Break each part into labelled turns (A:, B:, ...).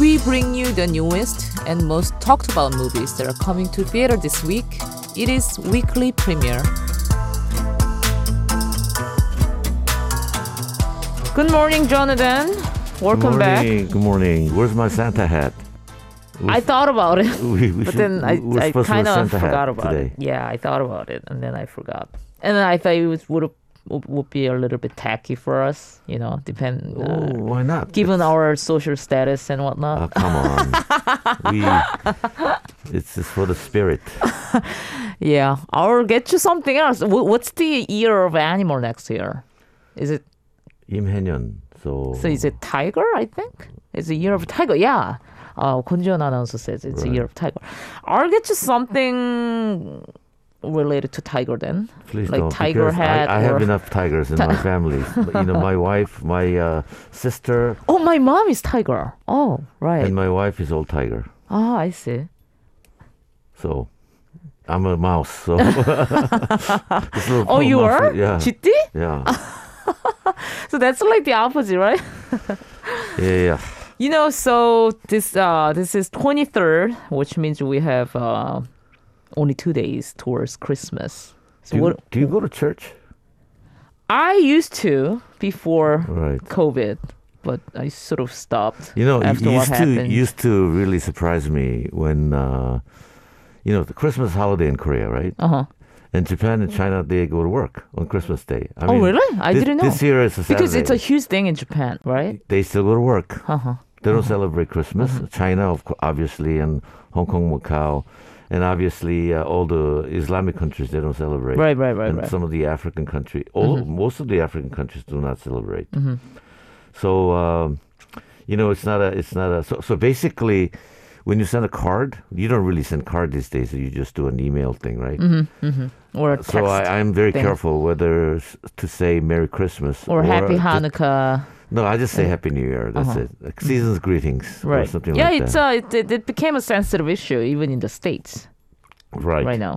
A: we bring you the newest and most talked about movies that are coming to theater this week. It is weekly premiere. Good morning, Jonathan. Welcome back.
B: morning. Good morning. Where's my Santa hat?
A: I thought about it.
B: We, we
A: But
B: should-
A: then I,
B: we're
A: I
B: supposed to wear
A: kind of
B: Santa hat
A: forgot about
B: today.
A: it. Yeah, I thought about it and then I forgot. And then I thought it was, would would be a little bit tacky for us, you know, depend uh,
B: Oh, why not?
A: given our social status and whatnot.
B: Oh, come on. we, it's just for the spirit.
A: yeah, I'll get you something else. Wh- What's the year of animal next year? Is it
B: Im Henyon. So,
A: so? Is it tiger? I think it's the year of tiger. Yeah. Uh, Kunjion announcer says it's the year of tiger. I'll get you something related to tiger then,
B: please
A: like
B: don't.
A: tiger
B: because
A: hat.
B: I, I
A: or-
B: have enough tigers in my family. But, you know, my wife, my uh, sister,
A: Oh, my mom is tiger. Oh, right.
B: and my wife is all tiger.
A: Ah, I see.
B: So I'm a mouse. So It's a little
A: Oh, you
B: mouse,
A: are?
B: Yeah.
A: GT?
B: yeah.
A: So that's like the opposite, right?
B: Yeah. Yeah.
A: You know, so this uh this is 23rd, which means we have uh only 2 days towards Christmas. So
B: Do you,
A: what
B: do you go to church?
A: I used to before
B: Right.
A: COVID, but I sort of stopped.
B: You know, it
A: after what
B: used to
A: happened.
B: used to really surprise me when uh, you know the Christmas holiday in Korea, right?
A: uh-huh.
B: And Japan and China, they go to work on Christmas Day. I
A: Oh, really? I
B: this-
A: didn't know.
B: This year is a
A: Because it's a
B: Saturday.
A: huge thing in Japan, right?
B: they still go to work.
A: Uh-huh.
B: They don't celebrate Christmas. China, of course, obviously, and Hong Kong, Macau, and obviously uh, all the Islamic countries, they don't celebrate.
A: Right, right, right,
B: and
A: right. Mm-hmm.
B: some of the African country, all most of the African countries do not celebrate. So, um, you know, it's not a, it's not a. So, so basically, when you send a card, you don't really send card these days. You just do an email thing, right?
A: Mm-hmm. Or a Mm, text
B: So I, I'm very
A: thing.
B: careful whether s- to say Merry Christmas
A: or happy
B: just-
A: Hanukkah.
B: no, I just say Happy New Year. That's
A: Uh-huh.
B: it. Like season's greetings or something
A: yeah,
B: like
A: it's
B: that.
A: uh, it, it, it became a sensitive issue even in the states
B: right.
A: right now.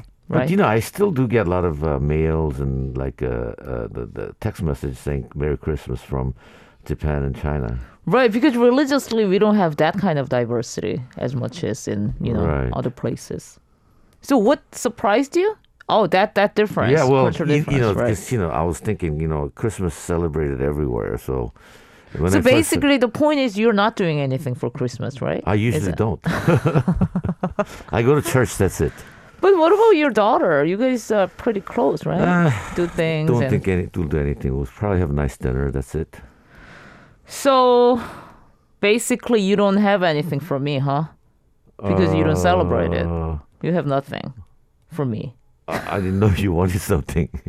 A: Right.
B: But you know, I still do get a lot of uh, mails and like uh, uh, the, the text message saying Merry Christmas from Japan and China.
A: right, because religiously we don't have that kind of diversity as much as in, you know,
B: Right.
A: other places. So what surprised you? Oh, that that difference.
B: Yeah, well,
A: cultural
B: you,
A: difference,
B: you know,
A: right.
B: 'cause, you know, I was thinking, you know, Christmas celebrated everywhere. So, when
A: So
B: I first-
A: basically the point is you're not doing anything for Christmas, right?
B: I
A: Is
B: usually
A: it-
B: don't. I go to church. That's it.
A: But what about your daughter? You guys are pretty close, right? Do things
B: Uh, Don't
A: and
B: think any, do anything. We'll probably have a nice dinner. That's it.
A: so basically you don't have anything for me, huh? Because you don't celebrate it.
B: Uh,
A: You have nothing for me.
B: I I didn't know you wanted something.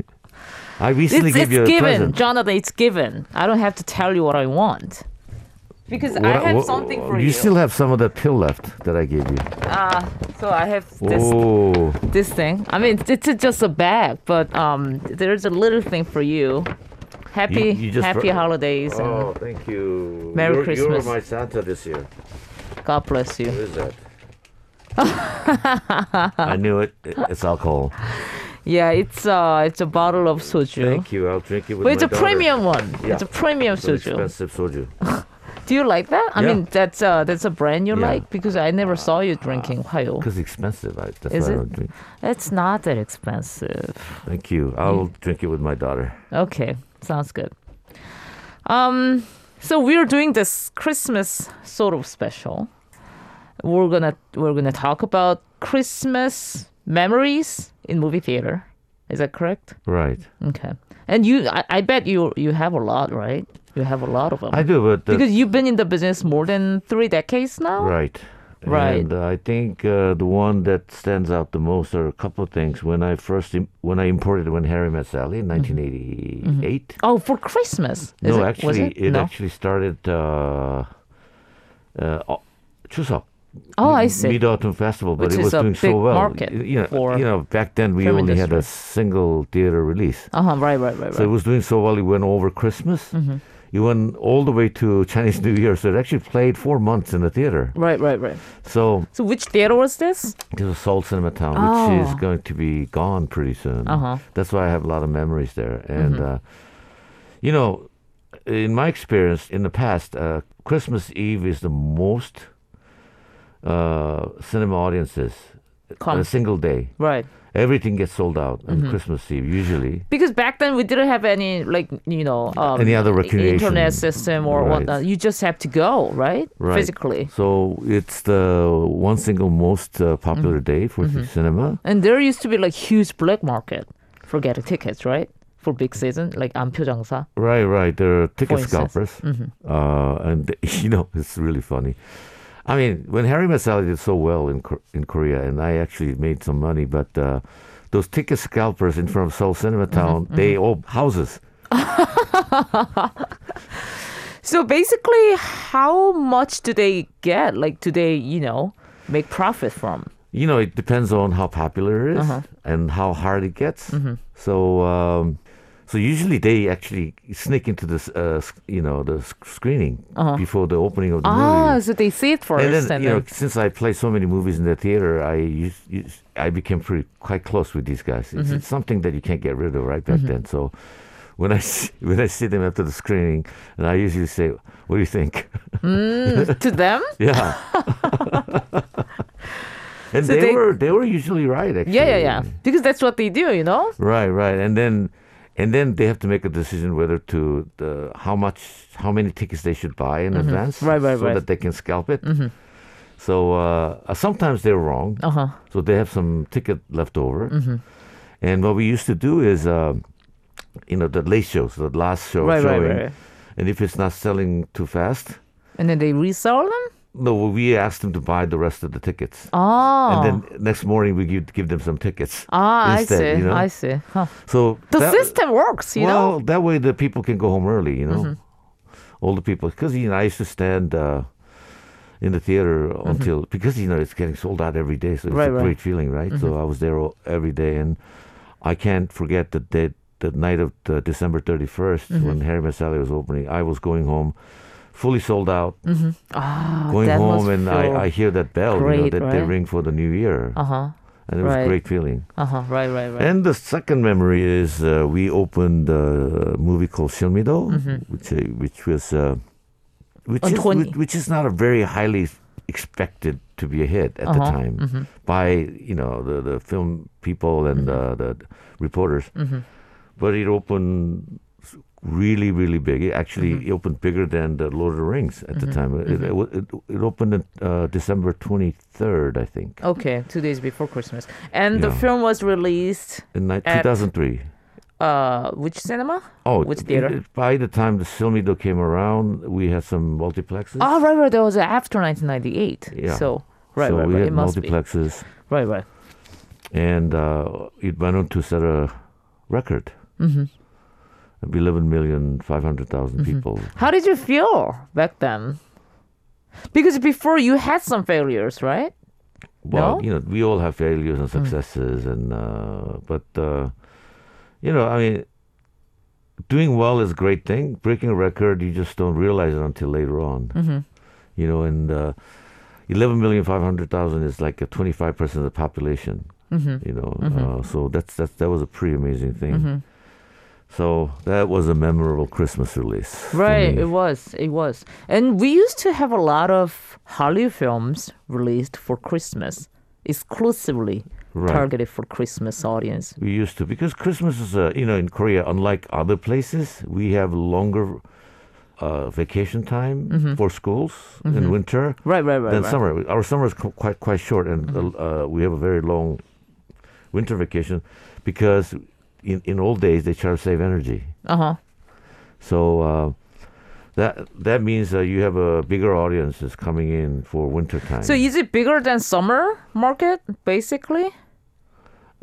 B: I recently
A: It's,
B: gave
A: it's
B: you a
A: given,
B: present.
A: Jonathan. It's given. I don't have to tell you what I want. Because I
B: What-
A: have
B: what-
A: something for you.
B: You still have some of that pill left that I gave you.
A: Ah, so I have this
B: Oh,
A: this thing. I mean, it's it's just a bag, but um, there's a little thing for you. Happy
B: You- you just
A: happy
B: br-
A: holidays
B: oh, thank you.
A: Merry
B: You're-
A: Christmas.
B: You were my Santa this year.
A: and God bless you.
B: What is that? I knew it. It's alcohol.
A: Yeah, it's uh, it's a bottle of soju,
B: Thank you. I'll drink it with
A: but it's
B: my
A: a
B: daughter.
A: premium one.
B: Yeah.
A: It's a premium
B: It's an
A: soju.
B: expensive soju.
A: Do you like that? I
B: Yeah.
A: mean, that's uh, that's a brand you
B: Yeah.
A: like because I never saw you drinking Hayo.
B: Because it's expensive. I, that's
A: Is it?
B: why I don't drink.
A: It's not that expensive.
B: Thank you. I'll drink it with my daughter.
A: Okay, sounds good. Um, so we're doing this Christmas sort of special. We're gonna we're gonna talk about Christmas memories in movie theater. Is that correct?
B: Right.
A: Okay. And you, I, I bet you you have a lot, right? You have a lot of them
B: I do, but the,
A: because you've been in the business more than three decades now.
B: Right.
A: Right.
B: And I think uh, the one that stands out the most are a couple of things. When I first im- when I imported when Harry met Sally in 1988.
A: Oh, for Christmas? Is it, was
B: No, actually,
A: it? no.
B: actually started uh, uh, o- Chuseok.
A: oh, I see.
B: Mid Autumn Festival, but
A: Which
B: it
A: is
B: was
A: a
B: doing so
A: big
B: well.
A: market
B: Y- you know,
A: for
B: you know, back then we
A: film
B: only had
A: industry.
B: a single theater release,
A: uh huh. Right, right, right, right. Mm-hmm.
B: so it was doing so well. It went over Christmas. It went all the way to Chinese New Year, so it actually played four months in the theater.
A: right, right, right.
B: So
A: So which theater was this?
B: There's a Seoul Cinema Town, which is
A: Oh.
B: going to be gone pretty soon.
A: Uh-huh. Mm-hmm.
B: That's why I have a lot of memories there. And, uh, you know, in my experience in the past, uh, Christmas Eve is the most uh, cinema audiences on a
A: Come.
B: single day.
A: Right.
B: Everything gets sold out on Christmas Eve usually.
A: Because back then we didn't have any like you know um,
B: Any other
A: i-
B: recreation.
A: internet system or
B: Right.
A: whatnot. You just have to go right,
B: Right.
A: physically.
B: So it's the one single most uh, popular day for cinema.
A: And there used to be like huge black market for getting tickets, right? For big season, like 안표 장사.
B: Right, right. They're ticket
A: instance.
B: scalpers. Uh, and, you know, it's really funny. I mean, when Harry Met Sally did so well in, Kor- in Korea, and I actually made some money, but uh, those ticket scalpers in front of Seoul Cinema Town, they owe houses.
A: So basically, how much do they get? Like, do they you know make profit from?
B: You know, it depends on how popular it is
A: Uh-huh.
B: and how hard it gets.
A: Mm-hmm.
B: So, um, so usually they actually sneak into this, uh, s- you know, the s- screening before the opening of the
A: Uh-huh. Ah,
B: movie.
A: so they see it first, and
B: And then,
A: then,
B: you know, since I play so many movies in the theater, I used, used, I became pretty quite close with these guys. It's,
A: Mm-hmm.
B: it's something that you can't get rid of right back then. So when I s- when I see them after the screening, and I usually say, "What do you think?"
A: mm, to them.
B: yeah. and
A: So
B: they,
A: they-
B: were they were usually right. Actually.
A: Yeah, yeah, yeah. Because that's what they do, you know.
B: Right, right. And then and then they have to make a decision whether to the, how much how many tickets they should buy in advance
A: Mm-hmm. Right, right,
B: so
A: right. Mm-hmm.
B: that they can scalp it. So uh, uh, sometimes they're wrong.
A: Uh huh.
B: So they have some ticket left over.
A: Mm-hmm.
B: And what we used to do is, um, you know, the late shows, the last show
A: Right, right,
B: showing.
A: right, right.
B: And if it's not selling too fast,
A: And then they resell them.
B: no, we ask them to buy the rest of the tickets.
A: Oh.
B: And then next morning we give, give them some tickets.
A: ah, I
B: instead,
A: see.
B: you know?
A: I see. Huh.
B: So
A: The
B: that-
A: system works, you
B: well,
A: know. Mm-hmm.
B: that way the people can go home early, you know. All the people, because you know, I used to stand uh, in the theater until because you know it's getting sold out every day, so it's
A: Mm-hmm. Right,
B: a
A: right. Mm-hmm.
B: great feeling, right? So I was there all, every day, and I can't forget the day, the night of the December thirty
A: Mm-hmm.
B: when Harry Met Sally was opening. I was going home. Fully sold out,
A: Ah,
B: going
A: that must
B: home, and
A: feel-
B: I, I hear that bell, you know,
A: great,
B: that they
A: right?
B: ring for the new year,
A: Uh huh.
B: and it was
A: right.
B: a great feeling.
A: Uh huh. Right. Right. Right.
B: And the second memory is uh, we opened a movie called Silmido, which uh, which was uh, which
A: Mm-hmm. On
B: is,
A: 20.
B: which- which is not a very highly expected to be a hit at the
A: Uh-huh,
B: time by you know the, the film people and
A: Mm-hmm.
B: uh, the reporters, but it opened s- really really big. It actually
A: Mm-hmm.
B: it opened bigger than the Lord of the Rings at the time. It, it, wa- it, it opened in uh, December twenty third, I think,
A: okay, two days before Christmas, and the
B: Yeah.
A: film was released.
B: in ni-
A: At-
B: two thousand three.
A: Uh, which cinema?
B: Oh,
A: Which
B: it-
A: theater?
B: it- by the time the Silmido came around, we had some multiplexes.
A: Oh, right, right. That was after 1998.
B: Yeah.
A: So, right,
B: so
A: right,
B: we
A: right.
B: had
A: It must be.
B: multiplexes,
A: Right, right.
B: and uh, it went on to set a record. Mm-hmm. 11 million
A: Mm-hmm.
B: people.
A: How did you feel back then? Because before you had some failures, right?
B: Well,
A: No? Mm.
B: you know, we all have failures and successes, and uh, but uh, you know, I mean, doing well is a great thing. Breaking a record, you just don't realize it until later on.
A: Mm. Mm-hmm,
B: You know, and uh, eleven million five hundred thousand is like a twenty five percent of the population.
A: mm-hmm,
B: You know, uh, so that's that's that was a pretty amazing thing. So that was a memorable Christmas release. for
A: Right,
B: me.
A: it was. It was. And we used to have a lot of Hollywood films released for Christmas, exclusively
B: Right.
A: targeted for Christmas audience.
B: We used to because Christmas is a you know in Korea, unlike other places, we have longer uh, vacation time
A: Mm-hmm.
B: for schools in winter
A: Right, right, right.
B: than
A: right.
B: summer. Our summer is co- quite quite short, and
A: Mm-hmm.
B: uh, we have a very long winter vacation because in in old days they try to save energy.
A: Uh-huh.
B: So uh, that that means that you have a bigger audience is coming in for winter time.
A: So is it bigger than summer market basically?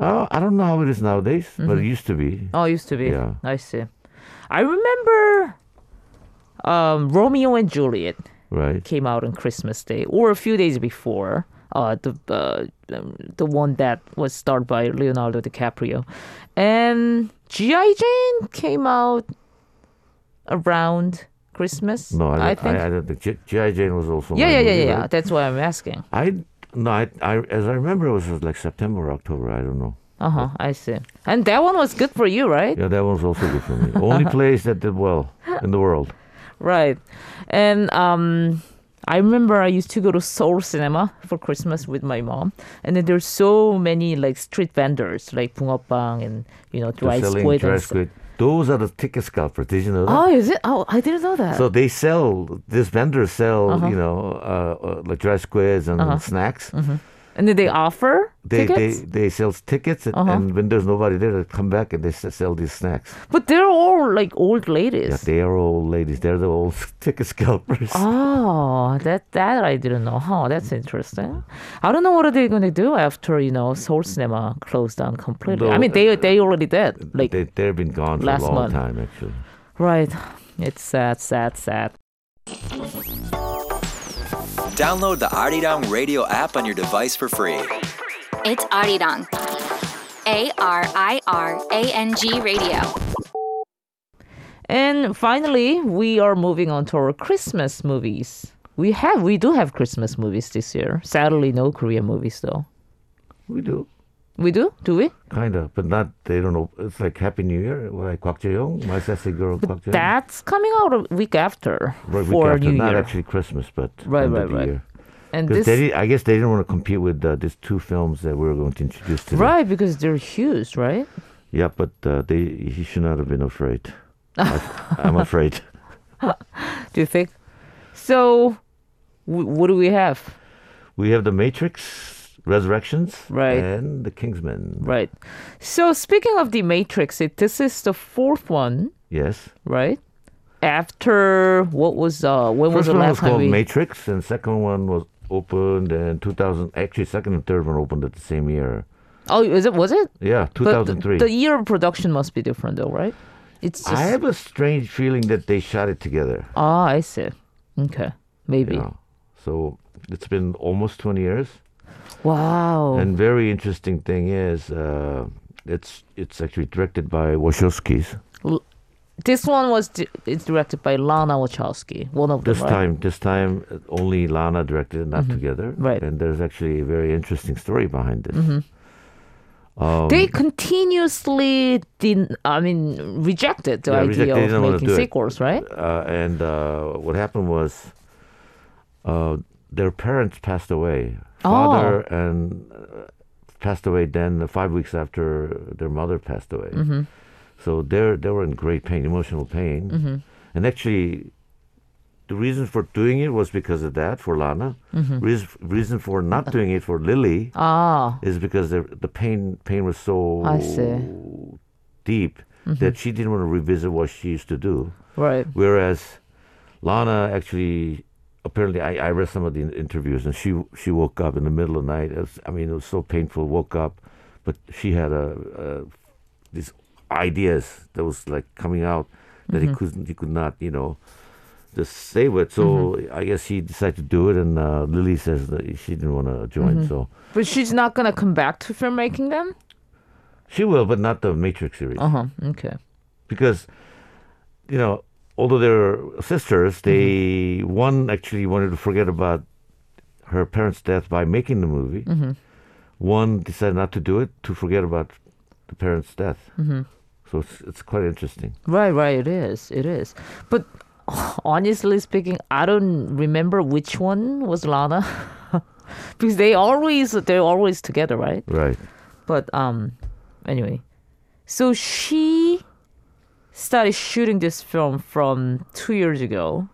B: uh, I don't know how it is nowadays, but it used to be.
A: Oh, it used to be.
B: Yeah.
A: I see. I remember um, Romeo and Juliet
B: Right,
A: came out on Christmas Day or a few days before. Uh, the uh, um, the one that was starred by Leonardo DiCaprio, and GI Jane came out around Christmas.
B: no, I, don't-
A: think.
B: I, I don't think G- GI Jane was also
A: yeah,
B: my
A: yeah, yeah,
B: movie,
A: yeah, yeah.
B: right?
A: That's why I'm asking.
B: I no, I, I as I remember, it was like September or October. I don't know.
A: Uh huh. I see. And that one was good for you, right?
B: Yeah, that one's also good for me. Only place that did well in the world.
A: Right. And um, I remember I used to go to Seoul Cinema for Christmas with my mom, and then there's so many like street vendors like 붕어빵 and you know
B: They're
A: dry
B: selling
A: squid.
B: dry
A: and stuff.
B: squid. Those are the ticket scalpers. Did you know that?
A: Oh, is it? Oh, I didn't know that.
B: So they sell. This vendor sell.
A: Uh-huh. Mm-hmm.
B: You know, uh, uh, like dry squids and snacks.
A: and then they offer
B: They, they
A: tickets,
B: they sell tickets, and,
A: Uh-huh.
B: and when there's nobody there, they come back and they s- sell these snacks.
A: but they're all like old
B: Yeah,
A: ladies.
B: they are old ladies. They're the old ticket scalpers.
A: Oh, that that I didn't know. Huh, that's interesting. I don't know what are they gonna do after you know Seoul Cinema closed down completely. I
B: No, uh,
A: mean they they already did. Like
B: they they've been gone for a
A: last
B: long
A: month.
B: time actually.
A: right, it's sad, sad, sad.
C: Download the Arirang Radio app on your device for free.
D: It's Arirang. A R I R A N G Radio.
A: And finally, we are moving on to our Christmas movies. We have, we do have Christmas movies this year. Sadly, no Korean movies though.
B: We do.
A: We do? Do we?
B: Kind of, but not. They don't know. It's like Happy New Year. Like Kwak Jae-young, my sassy girl Kwak Jae-young.
A: That's coming out a week after
B: right, week
A: for
B: after.
A: New
B: not
A: Year.
B: actually Christmas, but
A: Right,
B: end
A: right,
B: of the
A: right.
B: year.
A: and
B: Because
A: this
B: they did, I guess they didn't want to compete with uh, these two films that we were going to introduce today.
A: right because they're huge, right?
B: Yeah, but uh, they he should not have been afraid. I, I'm afraid.
A: Do you think? So, w- what do we have?
B: We have The Matrix, Resurrections,
A: Right.
B: and The Kingsman.
A: Right. So speaking of the Matrix, it, this is the fourth one,
B: Yes.
A: right? After what was uh when was
B: First
A: the
B: one
A: last
B: was
A: time
B: called
A: we
B: Matrix, and second one was opened in 2000. Actually, second and third one opened at the same year.
A: Oh, is it was it?
B: Yeah,
A: But
B: 2003.
A: The, the year of production must be different, though, right? It's just.
B: I have a strange feeling that they shot it together.
A: ah, I see. Okay, maybe.
B: You know? So it's been almost 20 years.
A: Wow.
B: And very interesting thing is, uh, it's it's actually directed by Wachowskis.
A: this one was di- it's directed by Lana Wachowski, one of
B: This
A: them. right? Mm-hmm.
B: time, this time uh, only Lana directed it, not together.
A: Right. Mm-hmm.
B: And there's actually a very interesting story behind this. Um,
A: They continuously did. I mean, rejected the
B: Yeah, rejected.
A: idea
B: They didn't
A: of
B: wanna
A: making
B: do it.
A: sequels, right?
B: uh, and uh, what happened was, uh, their parents passed away.
A: Oh.
B: Father and uh, passed away. Then uh, five weeks after their mother passed away.
A: Mm-hmm.
B: So they they were in great pain, emotional pain.
A: Mm-hmm.
B: And actually, the reason for doing it was because of that for Lana.
A: Mm-hmm.
B: Reason, reason for not doing it for Lily
A: Ah,
B: is because the the pain pain was so
A: I see. Mm-hmm.
B: deep that she didn't want to revisit what she used to do.
A: right.
B: Whereas Lana actually, apparently, I, I read some of the in- interviews, and she she woke up in the middle of the night. It was, I mean, it was so painful. Woke up, but she had a, a these ideas that was like coming out that he couldn't he could not you know just stay with. So I guess she decided to do it, and uh, Lily says that she didn't want to join. So
A: But she's not gonna come back to filmmaking then.
B: she will, but not the Matrix series.
A: Uh huh. Okay.
B: because you know although they're sisters they one actually wanted to forget about her parents death by making the movie one decided not to do it to forget about the parents death so it's, it's quite interesting
A: Right, right. It is. It is. But honestly speaking, I don't remember which one was Lana, because they always they're always together, right?
B: right
A: But um, anyway, so she started shooting this film from two years ago,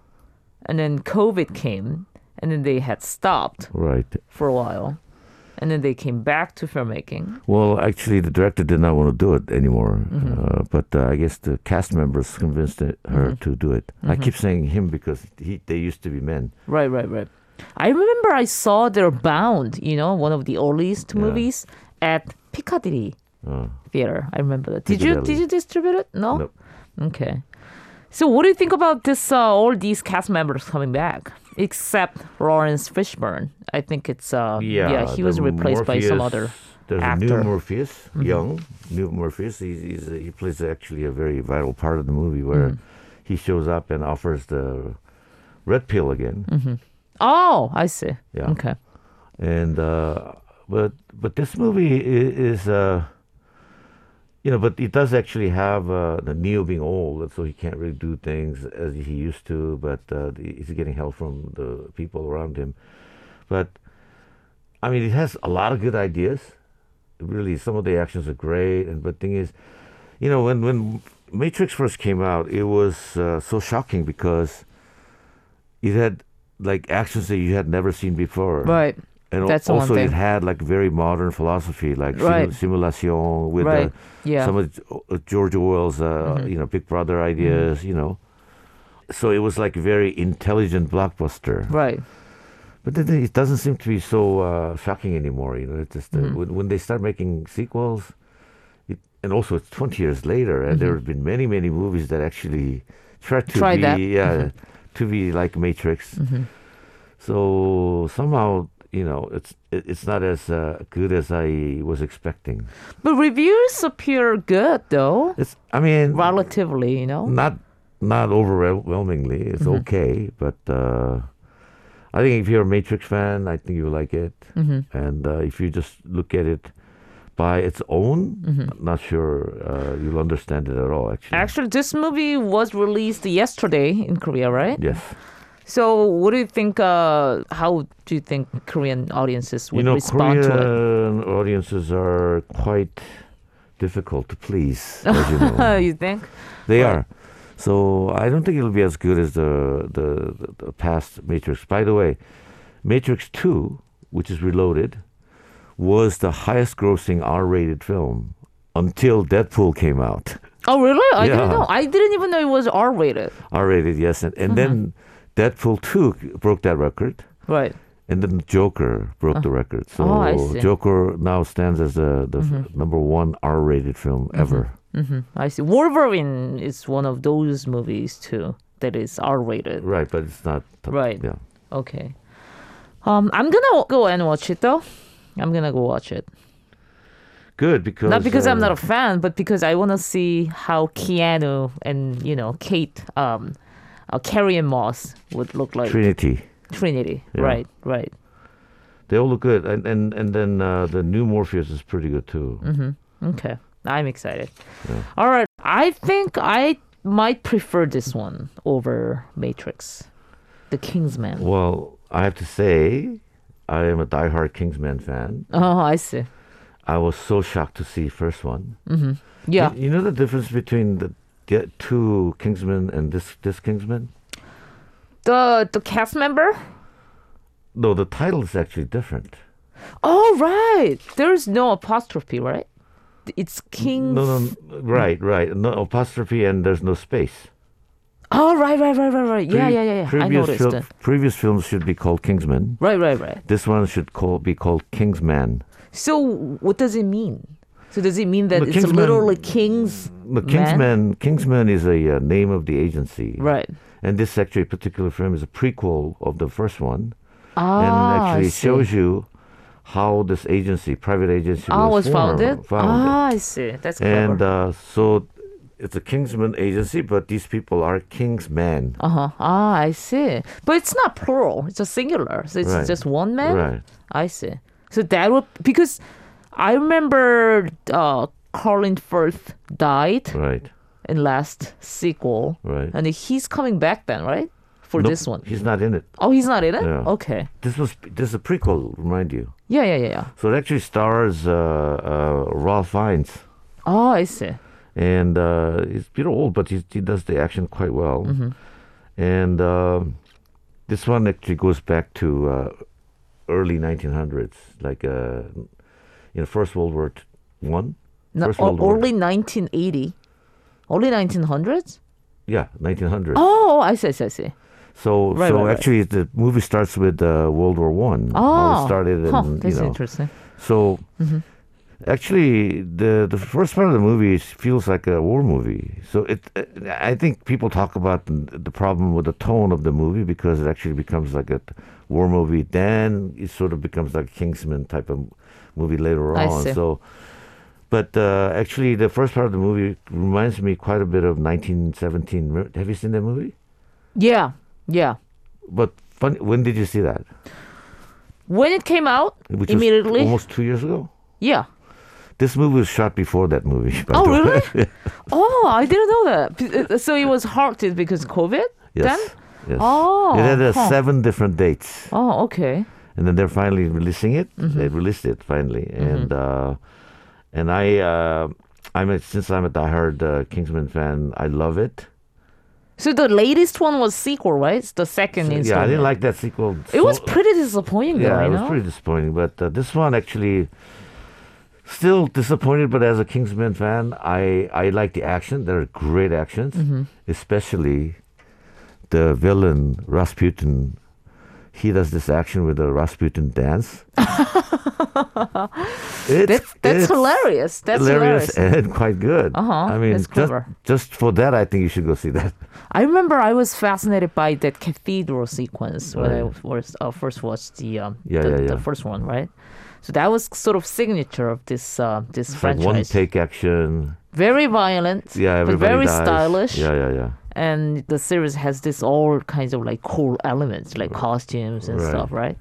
A: and then COVID came, and then they had stopped
B: right
A: for a while, and then they came back to filmmaking.
B: well actually the director did not want to do it anymore uh, but uh, i guess the cast members convinced her to do it i keep saying him because he they used to be men
A: Right, right, right. I remember I saw their Bound, you know, one of the earliest movies at Piccadilly
B: uh,
A: Theater. I remember that. Did you did
B: Piccadilly.
A: you distribute it? No.
B: Nope.
A: Okay. So what do you think about this? Uh, all these cast members coming back, except Lawrence Fishburne. I think it's uh, yeah, he
B: the
A: was replaced by some
B: Morpheus-
A: other.
B: There's a
A: actor. Mm-hmm.
B: new Morpheus, young new Morpheus. He's, he's he plays actually a very vital part of the movie
A: Mm.
B: where he shows up and offers the red pill again.
A: Mm-hmm. Oh, I see.
B: Yeah.
A: Okay.
B: And uh, but but this movie is, is uh, you know, but it does actually have uh, the Neo being old, and so he can't really do things as he used to. But uh, the- he's getting help from the people around him. But I mean, it has a lot of good ideas. Really, some of the actions are great. And but thing is, you know, when when Matrix first came out, it was uh, so shocking because it had like actions that you had never seen before.
A: Right.
B: And al-
A: That's the one
B: also,
A: thing.
B: it had like very modern philosophy, like simu-
A: Right.
B: simulation with
A: Right.
B: the,
A: Yeah. Mm-hmm.
B: some of G- uh, George Orwell's, uh, you know, Big Brother ideas, you know. So it was like very intelligent blockbuster.
A: Right.
B: But then it doesn't seem to be so uh, shocking anymore. You know, it's just uh,
A: Mm-hmm.
B: when, when they start making sequels, it, and also it's 20 years later, and there have been many, many movies that actually try to
A: Mm-hmm. Try
B: be,
A: that. Mm-hmm.
B: yeah, to be like Matrix. So somehow, you know, it's it, it's not as uh, good as I was expecting.
A: But reviews appear good though,
B: It's, I mean,
A: relatively, you know.
B: not not overwhelmingly. It's
A: Mm-hmm.
B: okay, but uh, I think if you're a Matrix fan, I think you like it.
A: Mm-hmm.
B: And uh, if you just look at it by its own, I'm not sure uh, you'll understand it at all. Actually,
A: Mm-hmm. Actually, this movie was released yesterday in Korea, right?
B: yes.
A: So, what do you think? Uh, how do you think Korean audiences would
B: you know,
A: respond to
B: Korean audiences are quite difficult to please, as you know.
A: it? Uh, you think?
B: They are. So I don't think it'll be as good as the the, the, the past Matrix. By the way, Matrix Two, which is Reloaded, was the highest-grossing R-rated film until Deadpool came out.
A: Oh, really? I didn't
B: Yeah.
A: know. I didn't even know it was R-rated.
B: R-rated, yes, and, and then
A: Mm-hmm.
B: Deadpool Two broke that record,
A: Right.
B: and then Joker broke the record. So
A: Oh, I see. Mm-hmm.
B: Joker now stands as the, the f- number one R-rated film ever.
A: I see. Wolverine is one of those movies too that is R-rated.
B: Right, but it's not.
A: Right.
B: Yeah.
A: Okay. Um, I'm gonna go and watch it though. I'm gonna go watch it.
B: Good because
A: Not because I'm not
B: uh,
A: a fan, but because I want to see how Keanu and you know Kate, um, uh, Carrie and Moss would look like
B: Trinity.
A: Trinity.
B: Yeah.
A: Right. Right.
B: They all look good, and and and then uh, the new Morpheus is pretty good too.
A: Mm-hmm. Okay. I'm excited. All right. I think I might prefer this one over Matrix, The Kingsman.
B: Well, I have to say, I am a diehard Kingsman fan.
A: Oh, I see.
B: I was so shocked to see first one.
A: Yeah.
B: You, you know the difference between the, the two Kingsmen and this this Kingsman?
A: The the cast member?
B: No, the title is actually different.
A: Oh, right. There's no apostrophe, right? It's Kings.
B: No, no, n- right, right. No apostrophe and there's no space.
A: Oh, right, right, right, right, right. Yeah,
B: Pre-
A: yeah, yeah, yeah. I
B: Previous,
A: noticed
B: fil-
A: it.
B: previous films should be called Kingsman.
A: Right, right, right.
B: This one should call, be called Kingsman.
A: So, what does it mean? So, does it mean that
B: The
A: it's
B: Kingsman-
A: literally Kings?
B: The
A: Man?
B: Kingsman, Kingsman is a uh, name of the agency.
A: Right.
B: And this actually particular film is a prequel of the first one, and
A: Ah,
B: it
A: I
B: actually
A: see.
B: shows you how this agency, private agency,
A: Ah,
B: was,
A: was
B: formed-
A: founded?
B: founded.
A: Ah, I see. That's clever.
B: and uh, so it's a Kingsman agency, but these people are Kingsmen.
A: Uh huh. Ah, I see. But it's not plural. It's just singular. So it's
B: Right.
A: just one man.
B: Right.
A: I see. So that would because I remember uh, Colin Firth died
B: Right.
A: in last sequel,
B: Right.
A: and he's coming back then, right? For
B: Nope,
A: this one.
B: he's not in it.
A: Oh, he's not in it.
B: Yeah.
A: Okay.
B: This was this is a prequel, remind you.
A: Yeah, yeah, yeah, yeah.
B: So it actually stars uh, uh, Ralph Fiennes.
A: Oh, I see.
B: and uh, he's a bit old, but he, he does the action quite well.
A: Mm-hmm.
B: And um this one actually goes back to uh, early 1900s, like uh, you know, First World War t- One.
A: No,
B: First
A: o-
B: World War.
A: early 1980, early 1900s.
B: Yeah, 1900.
A: Oh, I see, I see, I see.
B: so
A: right,
B: so
A: right, right.
B: actually the movie starts with uh, World War One.
A: Oh,
B: how it started and
A: huh,
B: you
A: that's
B: know.
A: interesting.
B: So
A: Mm-hmm.
B: actually, the the first part of the movie is- feels like a war movie. So it, uh, I think people talk about the the problem with the tone of the movie because it actually becomes like a t- war movie. Then it sort of becomes like Kingsman type of movie later
A: I
B: on.
A: see.
B: So. But uh, actually, the first part of the movie reminds me quite a bit of 1917. Remember- Have you seen that movie?
A: Yeah, yeah.
B: But fun, when did you see that?
A: When it came out,
B: Which was
A: immediately.
B: almost two years ago.
A: Yeah.
B: This movie was shot before that movie. by
A: Oh,
B: the way.
A: really? oh, I didn't know that. P- uh, So it was halted because COVID?
B: yes.
A: Then?
B: Yes.
A: Oh,
B: It had uh,
A: huh.
B: seven different dates,
A: Oh, okay.
B: and then they're finally releasing it.
A: Mm-hmm.
B: They released it finally, and uh, and I uh, I'm a, since I'm a diehard uh, Kingsman fan, I love it.
A: So the latest one was sequel, right? It's the second installment.
B: Yeah, I didn't like that sequel.
A: It was
B: so-
A: pretty disappointing, though,
B: Yeah,
A: you
B: it was
A: know?
B: pretty disappointing. But uh, this one actually, still disappointed. But as a Kingsman fan, I I like the action. There are great actions,
A: Mm-hmm.
B: especially the villain Rasputin. He does this action with the Rasputin dance. it's,
A: That's, that's
B: it's
A: hilarious. That's
B: hilarious
A: hilarious.
B: and quite good.
A: Uh-huh,
B: I mean,
A: that's
B: just,
A: clever.
B: just for that, I think you should go see that.
A: I remember I was fascinated by that cathedral sequence when I
B: Right.
A: was, uh, first watched the, um,
B: Yeah,
A: the,
B: yeah,
A: the
B: yeah.
A: first one, right? So that was sort of signature of this uh, this
B: It's like
A: franchise.
B: one take action.
A: Very violent,
B: Yeah,
A: but very
B: everybody dies.
A: stylish.
B: Yeah, yeah, yeah.
A: and the series has this all kinds of like cool elements like costumes and
B: Right.
A: stuff right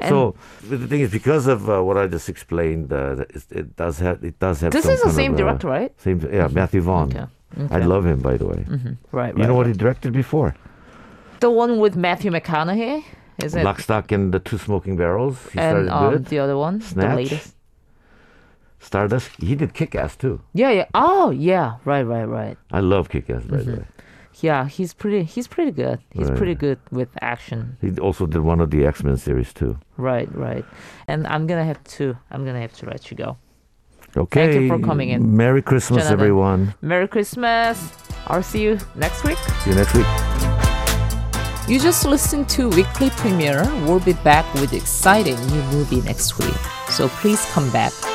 A: and
B: so but the thing is, because of uh, what I just explained, uh, that it, it does have it does have.
A: this
B: some
A: is the
B: kind
A: same
B: of, uh,
A: director right
B: Same, yeah, Matthew Vaughn.
A: Okay,
B: I
A: okay. Mm-hmm.
B: love him, by the way.
A: right, right
B: You know what he directed before?
A: the one with matthew mcconaughey is it
B: Lock, Stock, and the Two Smoking Barrels. He
A: and
B: started
A: um,
B: good.
A: the other one the
B: Snatch.
A: latest
B: Stardust. He did Kick Ass too.
A: yeah yeah oh yeah right right right
B: I love Kick Ass, by the
A: Mm-hmm.
B: way.
A: yeah he's pretty he's pretty good he's
B: Right.
A: pretty good with action
B: He also did one of the X Men series too.
A: right right and i'm gonna have to i'm gonna have to let you go
B: Okay.
A: Thank you for coming in,
B: Merry Christmas,
A: Jonathan.
B: everyone.
A: merry christmas i'll see you next week
B: See you next week.
A: You just listened to Weekly Premiere. We'll be back with exciting new movie next week. So please come back.